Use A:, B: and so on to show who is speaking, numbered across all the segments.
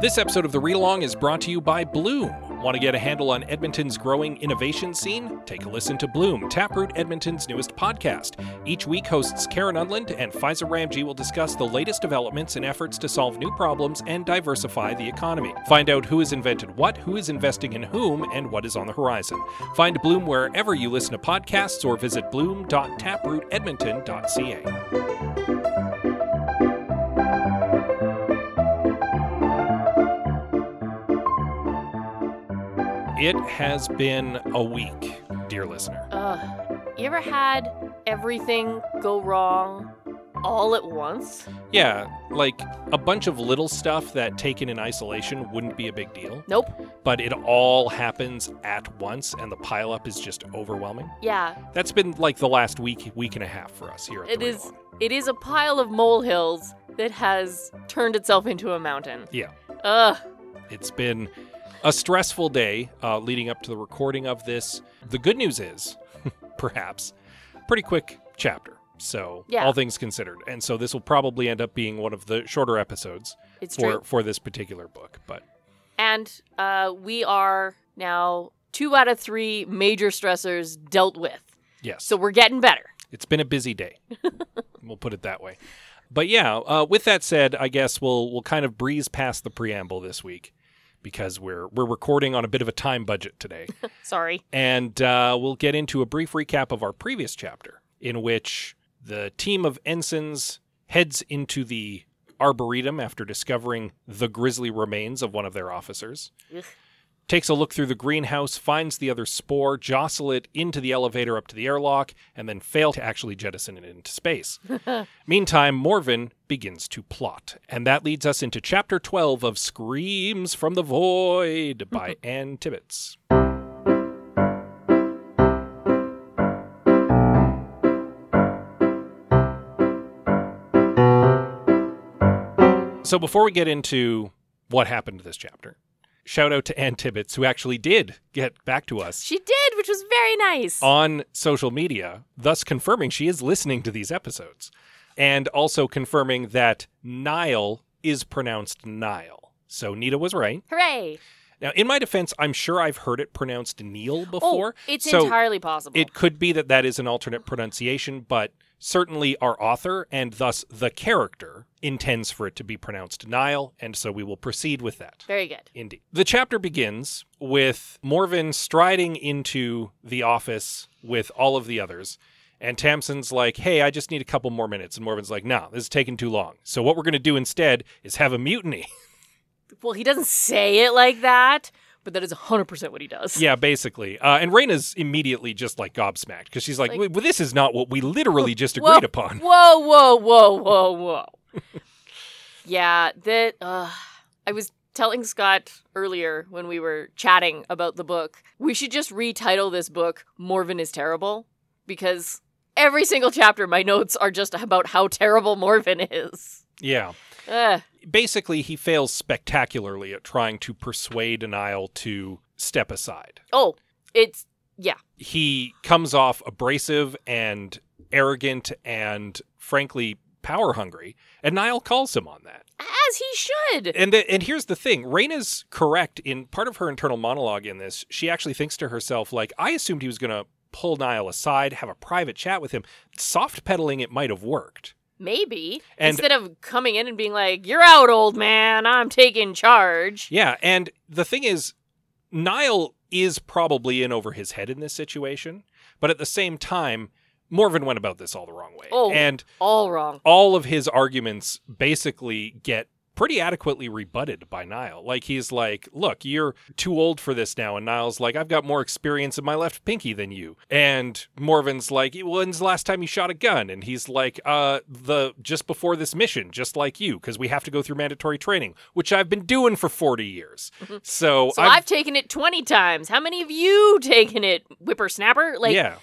A: This episode of the Read Along is brought to you by Bloom. Want to get a handle on Edmonton's growing innovation scene? Take a listen to Bloom, Taproot Edmonton's newest podcast. Each week, hosts Karen Unland and Fiza Ramji will discuss the latest developments in efforts to solve new problems and diversify the economy. Find out who has invented what, who is investing in whom, and what is on the horizon. Find Bloom wherever you listen to podcasts or visit bloom.taprootedmonton.ca. It has been a week, dear listener.
B: Ugh. You ever had everything go wrong all at once?
A: Yeah, like a bunch of little stuff that taken in isolation wouldn't be a big deal,
B: Nope.
A: but it all happens at once and the pileup is just overwhelming.
B: Yeah,
A: That's been like the last week, week and a half for us here at the
B: it
A: Read
B: is.
A: Along.
B: It is a pile of molehills that has turned itself into a mountain.
A: Yeah.
B: Ugh.
A: It's been a stressful day uh, leading up to the recording of this. The good news is, perhaps, pretty quick chapter. So,
B: Yeah.
A: all things considered. And so, this will probably end up being one of the shorter episodes
B: It's
A: for,
B: true.
A: for this particular book. But
B: And uh, we are now two out of three major stressors dealt with.
A: yes.
B: So we're getting better.
A: It's been a busy day. we'll put it that way. But yeah, uh, with that said, I guess we'll we'll kind of breeze past the preamble this week because we're we're recording on a bit of a time budget today,
B: Sorry.
A: and uh, we'll get into a brief recap of our previous chapter in which the team of ensigns heads into the arboretum after discovering the grisly remains of one of their officers.
B: Ugh.
A: Takes a look through the greenhouse, finds the other spore, jostle it into the elevator up to the airlock, and then fail to actually jettison it into space. Meantime, Morvin begins to plot. And that leads us into chapter 12 of Screams from the Void by Ann Tibbetts. So before we get into what happened to this chapter, shout out to Ann Tibbetts, who actually did get back to us
B: She did, which was very nice.
A: on social media, thus confirming she is listening to these episodes. And also confirming that Nile is pronounced Nile. So Nita was right.
B: Hooray.
A: Now, in my defense, I'm sure I've heard it pronounced Neil before.
B: Oh, it's
A: so
B: entirely possible.
A: it could be that that is an alternate pronunciation, but certainly our author and thus the character intends for it to be pronounced Nile. And so we will proceed with that.
B: Very good.
A: Indeed. The chapter begins with Morvin striding into the office with all of the others. And Tamsin's like, hey, I just need a couple more minutes. And Morvin's like, nah, this is taking too long. So what we're going to do instead is have a mutiny.
B: Well, he doesn't say it like that, but that is 100% what he does.
A: yeah, basically. Uh, and Raina's immediately just like gobsmacked because she's like,
B: Like-
A: well, this is not what we literally just
B: Whoa,
A: agreed upon.
B: Whoa, whoa, whoa, whoa, whoa. yeah, that. Uh, I was telling Scott earlier when we were chatting about the book, we should just retitle this book Morvin is Terrible because every single chapter, my notes are just about how terrible Morvin is.
A: Yeah.
B: Ugh.
A: Basically, he fails spectacularly at trying to persuade Niall to step aside.
B: Oh, it's.
A: he comes off abrasive and arrogant and frankly power hungry and Niall calls him on that.
B: As he should.
A: And th- and here's the thing, Raina's correct in part of her internal monologue in this. She actually thinks to herself like I assumed he was going to pull Niall aside, have a private chat with him. Soft pedaling it might have worked.
B: Maybe.
A: And-
B: Instead of coming in and being like, you're out, old man, I'm taking charge.
A: Yeah, and the thing is, Niall is probably in over his head in this situation, but at the same time, Morvin went about this all the wrong way.
B: Oh.
A: And
B: All wrong.
A: all of his arguments basically get pretty adequately rebutted by Niall. Like he's like, "Look, you're too old for this now," and Niall's like, "I've got more experience in my left pinky than you." And Morvin's like, "When's the last time you shot a gun?" And he's like, "Uh, the just before this mission, just like you, because we have to go through mandatory training, which I've been doing for forty years." So,
B: Mm-hmm. So I've, taken it 20 times. How many of you taken it, whippersnapper? Like,
A: yeah,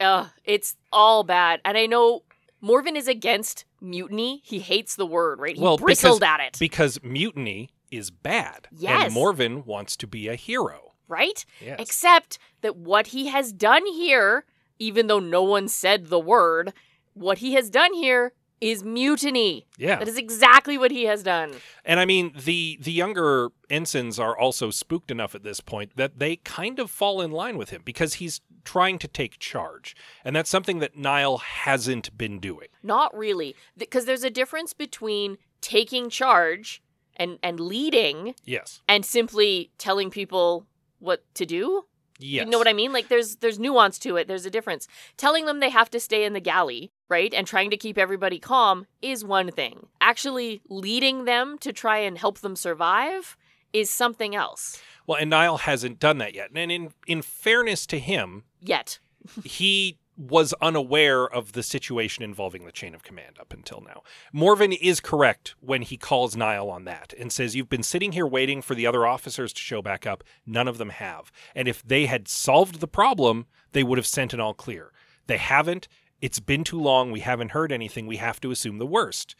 B: ugh, it's all bad. And I know Morvin is against mutiny. He hates the word, right? He
A: Well, because-
B: bristled at it,
A: because mutiny is bad,
B: Yes.
A: and Morvin wants to be a hero.
B: right?
A: Yes.
B: Except that what he has done here, even though no one said the word, what he has done here is mutiny.
A: yeah.
B: That is exactly what he has done.
A: And I mean, the the younger ensigns are also spooked enough at this point that they kind of fall in line with him because he's trying to take charge, and that's something that Niall hasn't been doing.
B: Not really, because there's a difference between taking charge and and leading
A: Yes,
B: and simply telling people what to do.
A: yes.
B: You know what I mean? Like there's there's nuance to it. There's a difference. Telling them they have to stay in the galley, right? And trying to keep everybody calm is one thing. Actually leading them to try and help them survive is something else.
A: well, and Niall hasn't done that yet. And in in fairness to him,
B: Yet.
A: he was unaware of the situation involving the chain of command up until now. Morvin is correct when he calls Niall on that and says, You've been sitting here waiting for the other officers to show back up. None of them have. And if they had solved the problem, they would have sent an all clear. They haven't. It's been too long. We haven't heard anything. We have to assume the worst.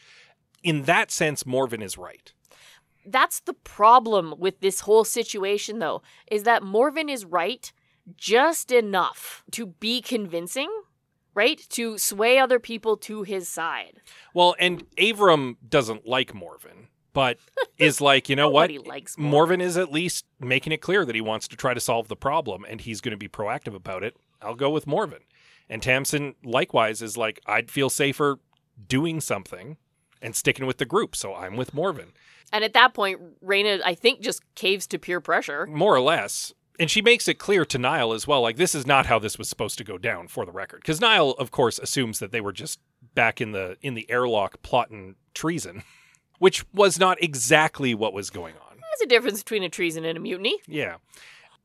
A: In that sense, Morvin is right.
B: That's the problem with this whole situation though, is that Morvin is right just enough to be convincing, right? To sway other people to his side.
A: Well, and Avram doesn't like Morvin, but is like, you know what?
B: Nobody likes Morvin.
A: Morvin is at least making it clear that he wants to try to solve the problem and he's going to be proactive about it. I'll go with Morvin. And Tamsin likewise is like, I'd feel safer doing something and sticking with the group. So I'm with Morvin,
B: And at that point, Reyna, I think, just caves to peer pressure.
A: more or less. And she makes it clear to Niall as well, like, this is not how this was supposed to go down for the record. Because Niall, of course, assumes that they were just back in the in the airlock plotting treason, which was not exactly what was going on.
B: There's a difference between a treason and a mutiny.
A: Yeah.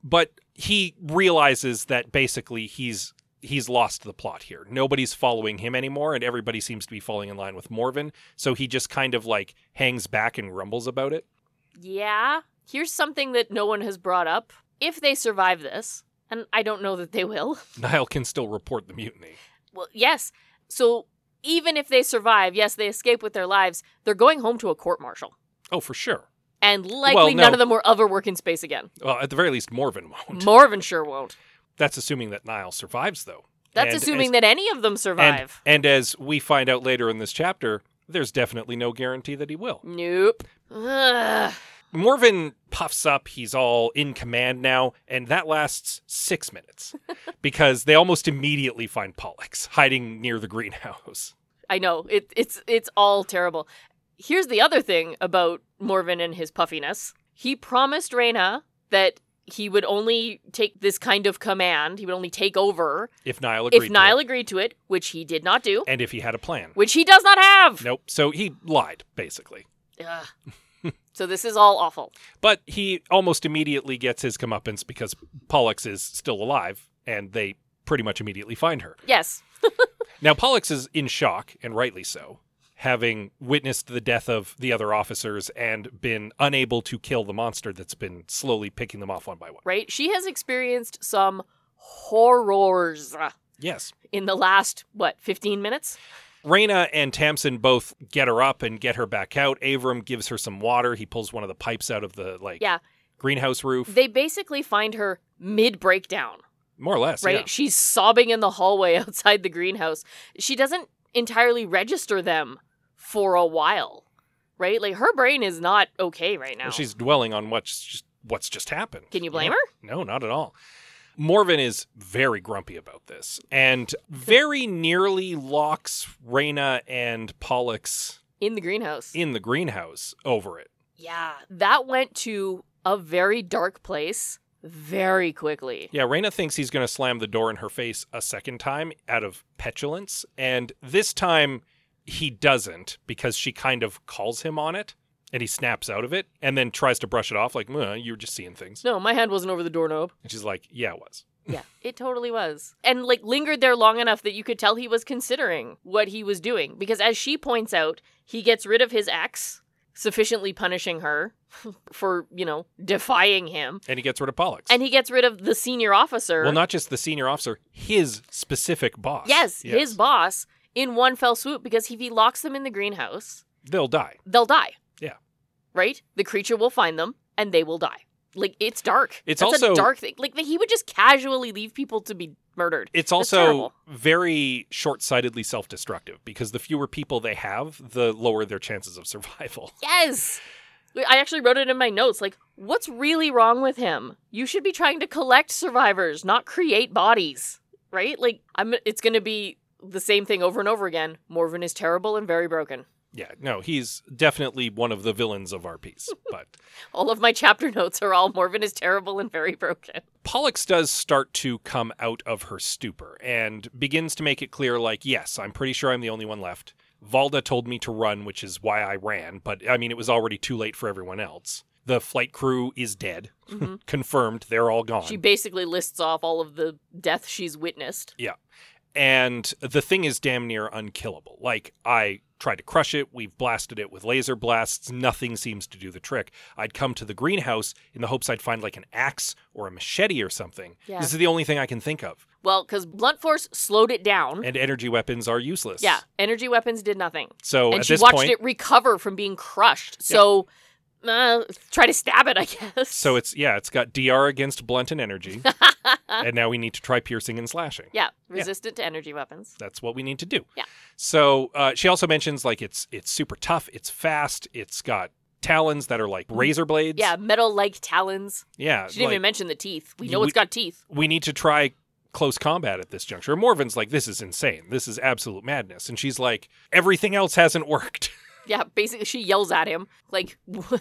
A: But he realizes that basically he's he's lost the plot here. Nobody's following him anymore and everybody seems to be falling in line with Morvin, so he just kind of like hangs back and grumbles about it.
B: Yeah. Here's something that no one has brought up. If they survive this, and I don't know that they will.
A: Niall can still report the mutiny.
B: Well, yes. So even if they survive, yes, they escape with their lives, they're going home to a court martial.
A: Oh, for sure.
B: And likely
A: Well, no.
B: none of them will ever work in space again.
A: Well, at the very least Morvin won't.
B: Morvin sure won't.
A: That's assuming that Niall survives though.
B: That's assuming that any of them
A: and,
B: survive.
A: and as we find out later in this chapter, there's definitely no guarantee that he will.
B: nope. Ugh.
A: Morvin puffs up. He's all in command now, and that lasts six minutes because they almost immediately find Pollux hiding near the greenhouse.
B: I know it, it's it's all terrible. Here's the other thing about Morvin and his puffiness. He promised Reyna that he would only take this kind of command. He would only take over
A: If Niall agreed,
B: if Niall
A: to
B: agreed to it, which he did not do,
A: it, and if he had a plan.
B: which he does not have.
A: Nope. So he lied basically,
B: Ugh. so this is all awful.
A: but he almost immediately gets his comeuppance because Pollux is still alive, and they pretty much immediately find her.
B: Yes,
A: Now, Pollux is in shock, and rightly so, having witnessed the death of the other officers and been unable to kill the monster that's been slowly picking them off one by one.
B: right. She has experienced some horrors
A: Yes.
B: in the last what 15 minutes.
A: Raina and Tamsin both get her up and get her back out. Avram gives her some water. He pulls one of the pipes out of the like
B: Yeah.
A: greenhouse roof.
B: They basically find her mid breakdown.
A: More or less.
B: right?
A: yeah.
B: She's sobbing in the hallway outside the greenhouse. She doesn't entirely register them for a while, right? Like her brain is not okay right now.
A: Well, She's dwelling on what's just, what's just happened.
B: Can you blame
A: her? No, not at all. Morvin is very grumpy about this and very nearly locks Raina and Pollux
B: in the greenhouse.
A: in the greenhouse over it.
B: yeah, that went to a very dark place very quickly.
A: Yeah, Raina thinks he's going to slam the door in her face a second time out of petulance, and this time he doesn't because she kind of calls him on it. And he snaps out of it and then tries to brush it off, like, "Meh, you were just seeing things.
B: No, my hand wasn't over the doorknob.
A: And she's like, yeah, it was.
B: Yeah, it totally was. And like lingered there long enough that you could tell he was considering what he was doing. Because as she points out, he gets rid of his ex, sufficiently punishing her for, you know, defying him.
A: And he gets rid of Pollux.
B: And he gets rid of the senior officer.
A: well, not just the senior officer, his specific boss.
B: yes, his boss in one fell swoop because if he locks them in the greenhouse,
A: They'll die.
B: they'll die.
A: Yeah.
B: Right? The creature will find them and they will die. Like it's dark.
A: It's
B: That's
A: also-
B: a dark thing. Like he would just casually leave people to be murdered.
A: It's
B: terrible.
A: also very short sightedly self destructive because the fewer people they have, the lower their chances of survival.
B: Yes. I actually wrote it in my notes. Like, what's really wrong with him? You should be trying to collect survivors, not create bodies, right? Like, I'm. It's going to be the same thing over and over again. Morven is terrible and very broken.
A: Yeah, no, he's definitely one of the villains of our piece. But
B: All of my chapter notes are all Morven is terrible and very broken.
A: Pollux does start to come out of her stupor and begins to make it clear like, yes, I'm pretty sure I'm the only one left. Valda told me to run, which is why I ran, but I mean, it was already too late for everyone else. The flight crew is dead.
B: Mhm.
A: Confirmed, they're all gone.
B: She basically lists off all of the death she's witnessed.
A: and the thing is damn near unkillable. Like I tried to crush it, we've blasted it with laser blasts, nothing seems to do the trick. I'd come to the greenhouse in the hopes I'd find like an axe or a machete or something.
B: Yeah.
A: This is the only thing I can think of.
B: Well, because blunt force slowed it down.
A: And energy weapons are useless.
B: Mm-hmm. yeah, energy weapons did nothing.
A: So
B: and
A: at
B: she
A: this
B: watched
A: point
B: it recover from being crushed. So uh, try to stab it, I guess.
A: so it's yeah, it's got DR against blunt and energy. and now we need to try piercing and slashing.
B: yeah, resistant to energy weapons.
A: that's what we need to do.
B: Yeah.
A: So uh, she also mentions like it's it's super tough, it's fast, it's got talons that are like razor blades.
B: Mm-hmm. Yeah, metal-like talons.
A: Yeah.
B: She didn't
A: like-
B: even mention the teeth. We
A: You-
B: know
A: we-
B: it's got teeth.
A: we need to try close combat at this juncture. And Morven's like, this is insane. This is absolute madness. And she's like, everything else hasn't worked.
B: Yeah, basically she yells at him like,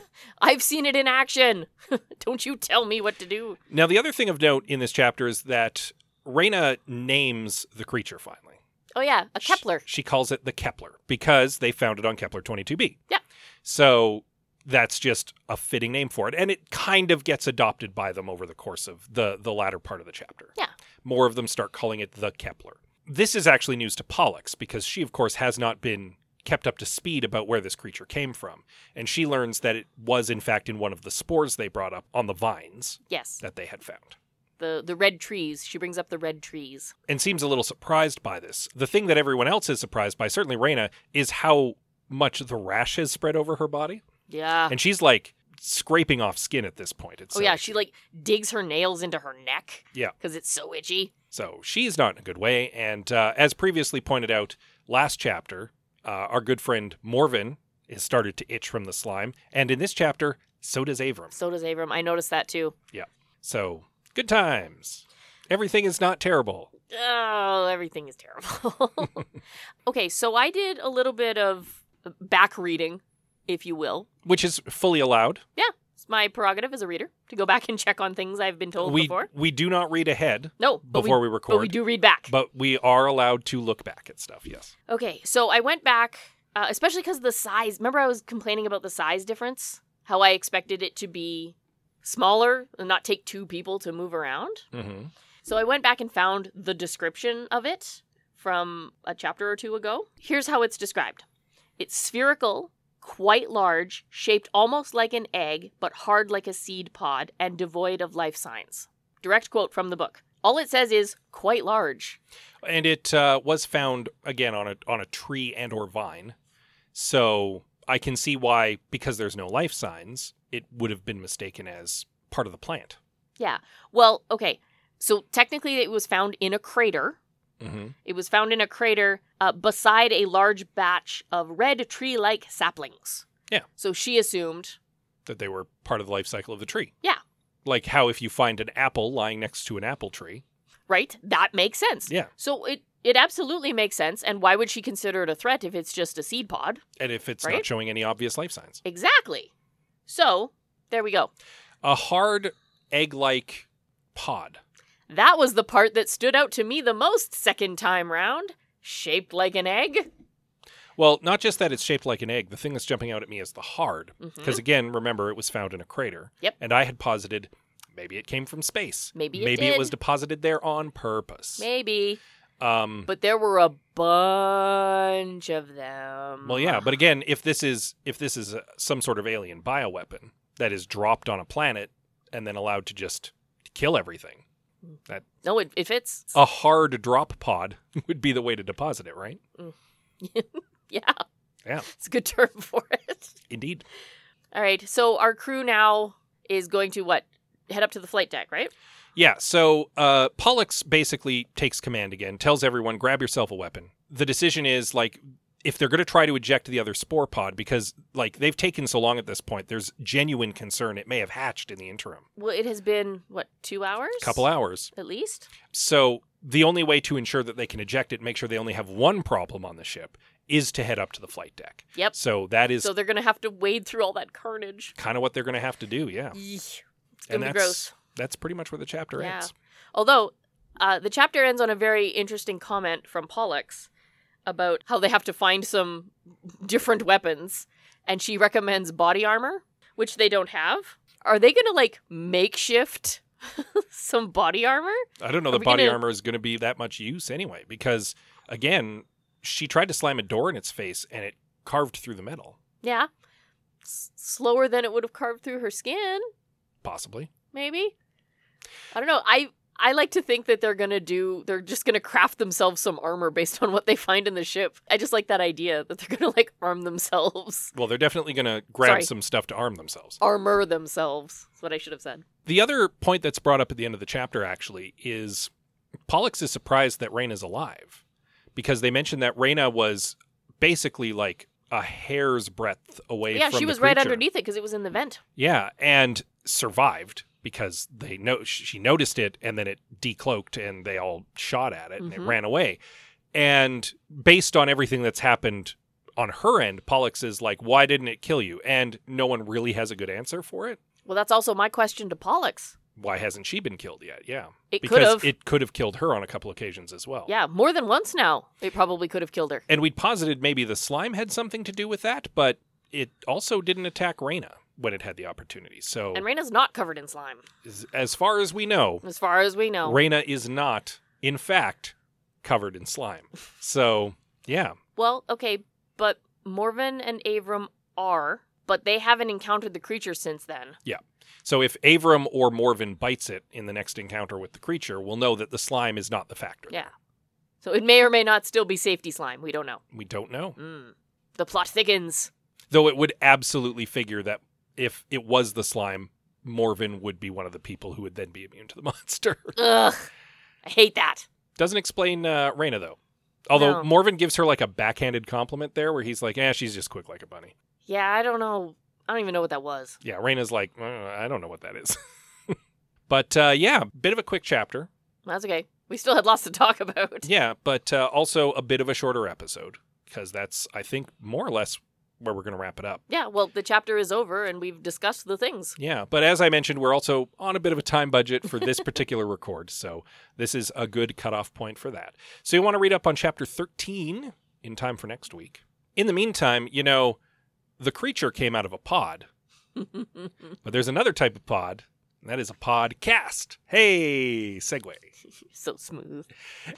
B: "I've seen it in action. Don't you tell me what to do."
A: now, the other thing of note in this chapter is that Reyna names the creature finally.
B: Oh yeah, a
A: She-
B: Kepler.
A: She, calls it the Kepler because they found it on Kepler 22b.
B: Yeah.
A: So that's just a fitting name for it. And it kind of gets adopted by them over the course of the, the latter part of the chapter.
B: Yeah.
A: More of them start calling it the Kepler. This is actually news to Pollux because she, of course, has not been kept up to speed about where this creature came from. And she learns that it was, in fact, in one of the spores they brought up on the vines
B: Yes,
A: that they had found
B: the the red trees. She brings up the red trees.
A: and seems a little surprised by this. The thing that everyone else is surprised by, certainly Reyna, is how much the rash has spread over her body.
B: Yeah.
A: And she's like scraping off skin at this point. It's
B: Ah. oh
A: so
B: yeah,
A: itchy.
B: she like digs her nails into her neck.
A: Yeah.
B: because it's so itchy.
A: So she's not in a good way. And uh, as previously pointed out last chapter, uh, our good friend Morvin is started to itch from the slime. And in this chapter, so does Avram.
B: So does Abram. I noticed that too.
A: So good times. Everything is not terrible.
B: Oh, everything is terrible. okay, so I did a little bit of back reading, if you will.
A: Which is fully allowed.
B: It's my prerogative as a reader to go back and check on things I've been told
A: we
B: before.
A: we do not read ahead
B: No, but
A: before
B: we,
A: we, record.
B: but we do read back.
A: But we are allowed to look back at stuff, yes.
B: okay, so I went back, uh, especially because the size. Remember, I was complaining about the size difference, how I expected it to be smaller and not take two people to move around.
A: Mm-hmm.
B: So I went back and found the description of it from a chapter or two ago. Here's how it's described it's spherical, quite large, shaped almost like an egg, but hard like a seed pod, and devoid of life signs. Direct quote from the book. All it says is quite large.
A: And it uh, was found again on a on a tree and or vine, so I can see why because there's no life signs, it would have been mistaken as part of the plant.
B: Well, okay. So technically, it was found in a crater.
A: Mm-hmm.
B: It was found in a crater uh, beside a large batch of red tree like saplings.
A: Yeah.
B: So she assumed
A: That they were part of the life cycle of the tree.
B: Yeah.
A: like how if you find an apple lying next to an apple tree.
B: right? That makes sense.
A: Yeah.
B: So it it absolutely makes sense. And why would she consider it a threat if it's just a seed pod?
A: And if it's not
B: Right.
A: showing any obvious life signs,
B: Exactly. So there we go.
A: a hard egg-like pod.
B: That was the part that stood out to me the most second time round. Shaped like an egg.
A: Well, not just that it's shaped like an egg. The thing that's jumping out at me is the hard.
B: Mhm.
A: Because again, remember, it was found in a crater.
B: Yep.
A: And I had posited maybe it came from space.
B: Maybe it
A: maybe it
B: did.
A: was deposited there on purpose.
B: Maybe.
A: Um,
B: But there were a bunch of them.
A: well, yeah, but again, if this is if this is uh, some sort of alien bioweapon that is dropped on a planet and then allowed to just kill everything,
B: No, it, it fits.
A: a hard drop pod would be the way to deposit it, right?
B: Yeah.
A: Yeah.
B: It's a good term for it.
A: Indeed.
B: All right. So our crew now is going to what? Head up to the flight deck, right?
A: Yeah, so uh, Pollux basically takes command again, tells everyone, grab yourself a weapon. The decision is like, if they're going to try to eject the other spore pod, because like they've taken so long at this point, there's genuine concern it may have hatched in the interim,
B: Well, it has been what two hours?
A: couple hours.
B: at least.
A: So the only way to ensure that they can eject it, make sure they only have one problem on the ship, is to head up to the flight deck.
B: Yep.
A: So that is
B: So they're gonna have to wade through all that carnage.
A: kind of what they're going to have to do. Yeah,
B: Yeesh. It's
A: and
B: gonna be
A: that's
B: gross.
A: that's pretty much where the chapter
B: Yeah.
A: ends.
B: Although, uh, the chapter ends on a very interesting comment from Pollux about how they have to find some different weapons, and she recommends body armor, which they don't have. Are they gonna like makeshift some body armor?
A: I don't know
B: Are
A: the
B: we
A: body
B: gonna-
A: armor is going to be that much use anyway, because again, she tried to slam a door in its face and it carved through the metal,
B: Yeah, S- slower than it would have carved through her skin.
A: possibly.
B: maybe i don't know i i like to think that they're gonna do they're just gonna craft themselves some armor based on what they find in the ship i just like that idea that they're gonna like arm themselves
A: Well, they're definitely going to grab
B: Sorry.
A: some stuff to arm themselves.
B: armor themselves that's what i should have said
A: The other point that's brought up at the end of the chapter actually is Pollux is surprised that Reyna's alive because they mentioned that Reyna was basically like a hair's breadth away
B: yeah
A: from
B: she
A: the
B: was right
A: creature.
B: underneath it because it was in the vent
A: Yeah, and survived because they know she noticed it, and then it decloaked, and they all shot at it, and it
B: Mhm.
A: ran away. And based on everything that's happened on her end, Pollux is like, "Why didn't it kill you?" And no one really has a good answer for it.
B: well that's also my question to pollux
A: Why hasn't she been killed yet? Yeah,
B: it could
A: because
B: have
A: it could have killed her on a couple occasions as well.
B: yeah more than once now it probably could have killed her
A: and we'd posited maybe the slime had something to do with that, but it also didn't attack Reyna when it had the opportunity. So,
B: and Reyna's not covered in slime
A: as- as far as we know,
B: as far as we know
A: Reina is not, in fact, covered in slime. So, yeah.
B: Well, okay, but Morven and Avram are, but they haven't encountered the creature since then.
A: So if Avram or Morvin bites it in the next encounter with the creature, we'll know that the slime is not the factor.
B: Yeah. So it may or may not still be safety slime. We don't know.
A: We don't know.
B: Mm. The plot thickens.
A: Though it would absolutely figure that if it was the slime, Morvin would be one of the people who would then be immune to the monster.
B: Ugh. I hate that.
A: Doesn't explain uh, Reyna, though. Although
B: No.
A: Morvin gives her like a backhanded compliment there where he's like, eh, she's just quick like a bunny.
B: Yeah, I don't know. I don't even know what that was.
A: Yeah, Reyna's like, "Uh, I don't know what that is. but uh, yeah, bit of a quick chapter.
B: That's okay. We still had lots to talk about.
A: Yeah, but uh, also a bit of a shorter episode because that's, I think, more or less where we're going to wrap it up.
B: Yeah, well, the chapter is over and we've discussed the things.
A: Yeah, but as I mentioned, we're also on a bit of a time budget for this particular record, so this is a good cutoff point for that. So you want to read up on chapter 13 in time for next week. In the meantime, you know, the creature came out of a pod, but there's another type of pod, and that is a podcast. Hey, segue.
B: so smooth.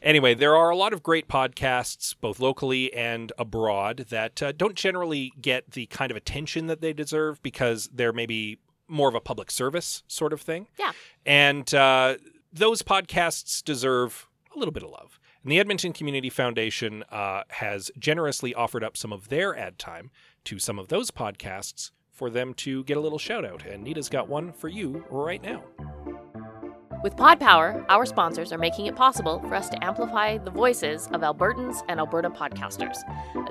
A: Anyway, there are a lot of great podcasts, both locally and abroad, that uh, don't generally get the kind of attention that they deserve because they're maybe more of a public service sort of thing.
B: Yeah.
A: And uh, those podcasts deserve a little bit of love. And the Edmonton Community Foundation uh, has generously offered up some of their ad time to some of those podcasts for them to get a little shout out. And Nita's got one for you right now.
B: With Pod Power, our sponsors are making it possible for us to amplify the voices of Albertans and Alberta podcasters.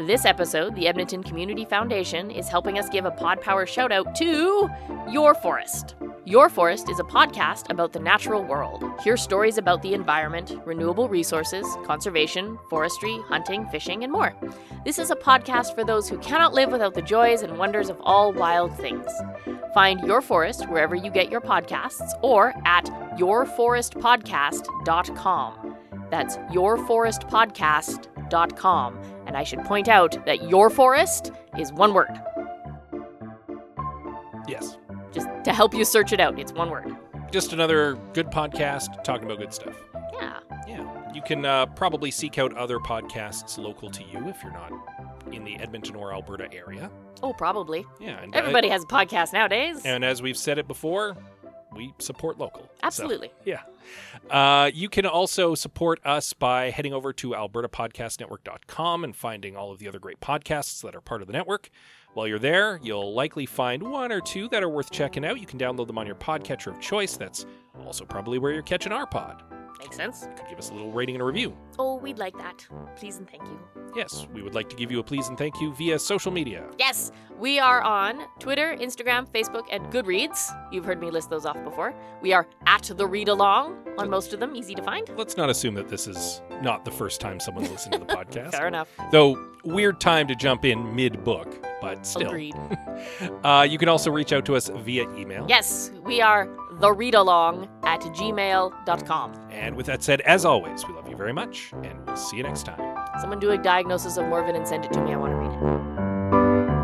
B: This episode, the Edmonton Community Foundation is helping us give a Pod Power shout out to Your Forest. Your Forest is a podcast about the natural world. Hear stories about the environment, renewable resources, conservation, forestry, hunting, fishing, and more. This is a podcast for those who cannot live without the joys and wonders of all wild things. Find Your Forest wherever you get your podcasts or at yourforestpodcast.com. That's yourforestpodcast.com. yourforest.com. And I should point out that your forest is one word,
A: Yes.
B: just to help you search it out. It's one word.
A: Just another good podcast talking about good stuff.
B: Yeah.
A: Yeah. You can uh, probably seek out other podcasts local to you if you're not in the Edmonton or Alberta area.
B: Oh, probably.
A: Yeah. And, uh,
B: Everybody has a podcast nowadays.
A: and as we've said it before, we support local. So,
B: Absolutely.
A: yeah. Uh, you can also support us by heading over to albertapodcastnetwork.com and finding all of the other great podcasts that are part of the network. While you're there, you'll likely find one or two that are worth checking out. You can download them on your podcatcher of choice. That's also probably where you're catching our pod.
B: Makes sense.
A: You could give us a little rating and a review.
B: Oh, we'd like that. Please and thank you.
A: Yes, we would like to give you a please and thank you via social media.
B: Yes, we are on Twitter, Instagram, Facebook, and Goodreads. You've heard me list those off before. We are at the read along on most of them, easy to find.
A: Let's not assume that this is not the first time someone's listened to the podcast.
B: Fair enough.
A: Though, weird time to jump in mid book, but still.
B: Agreed.
A: Uh, you can also reach out to us via email.
B: Yes, we are the read along at gmail.com.
A: And with that said, as always, we love you very much, and we'll see you next time.
B: Someone do a diagnosis of Morvin and send it to me. I want to read it.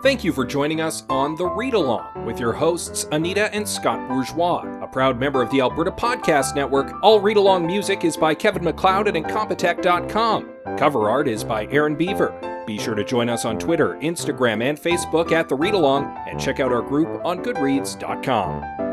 A: Thank you for joining us on The Read Along with your hosts, Anita and Scott Bourgeois, a proud member of the Alberta Podcast Network. All read along music is by Kevin McLeod at Incompetech.com. Cover art is by Aaron Beaver. Be sure to join us on Twitter, Instagram, and Facebook at The Read Along, and check out our group on Goodreads.com.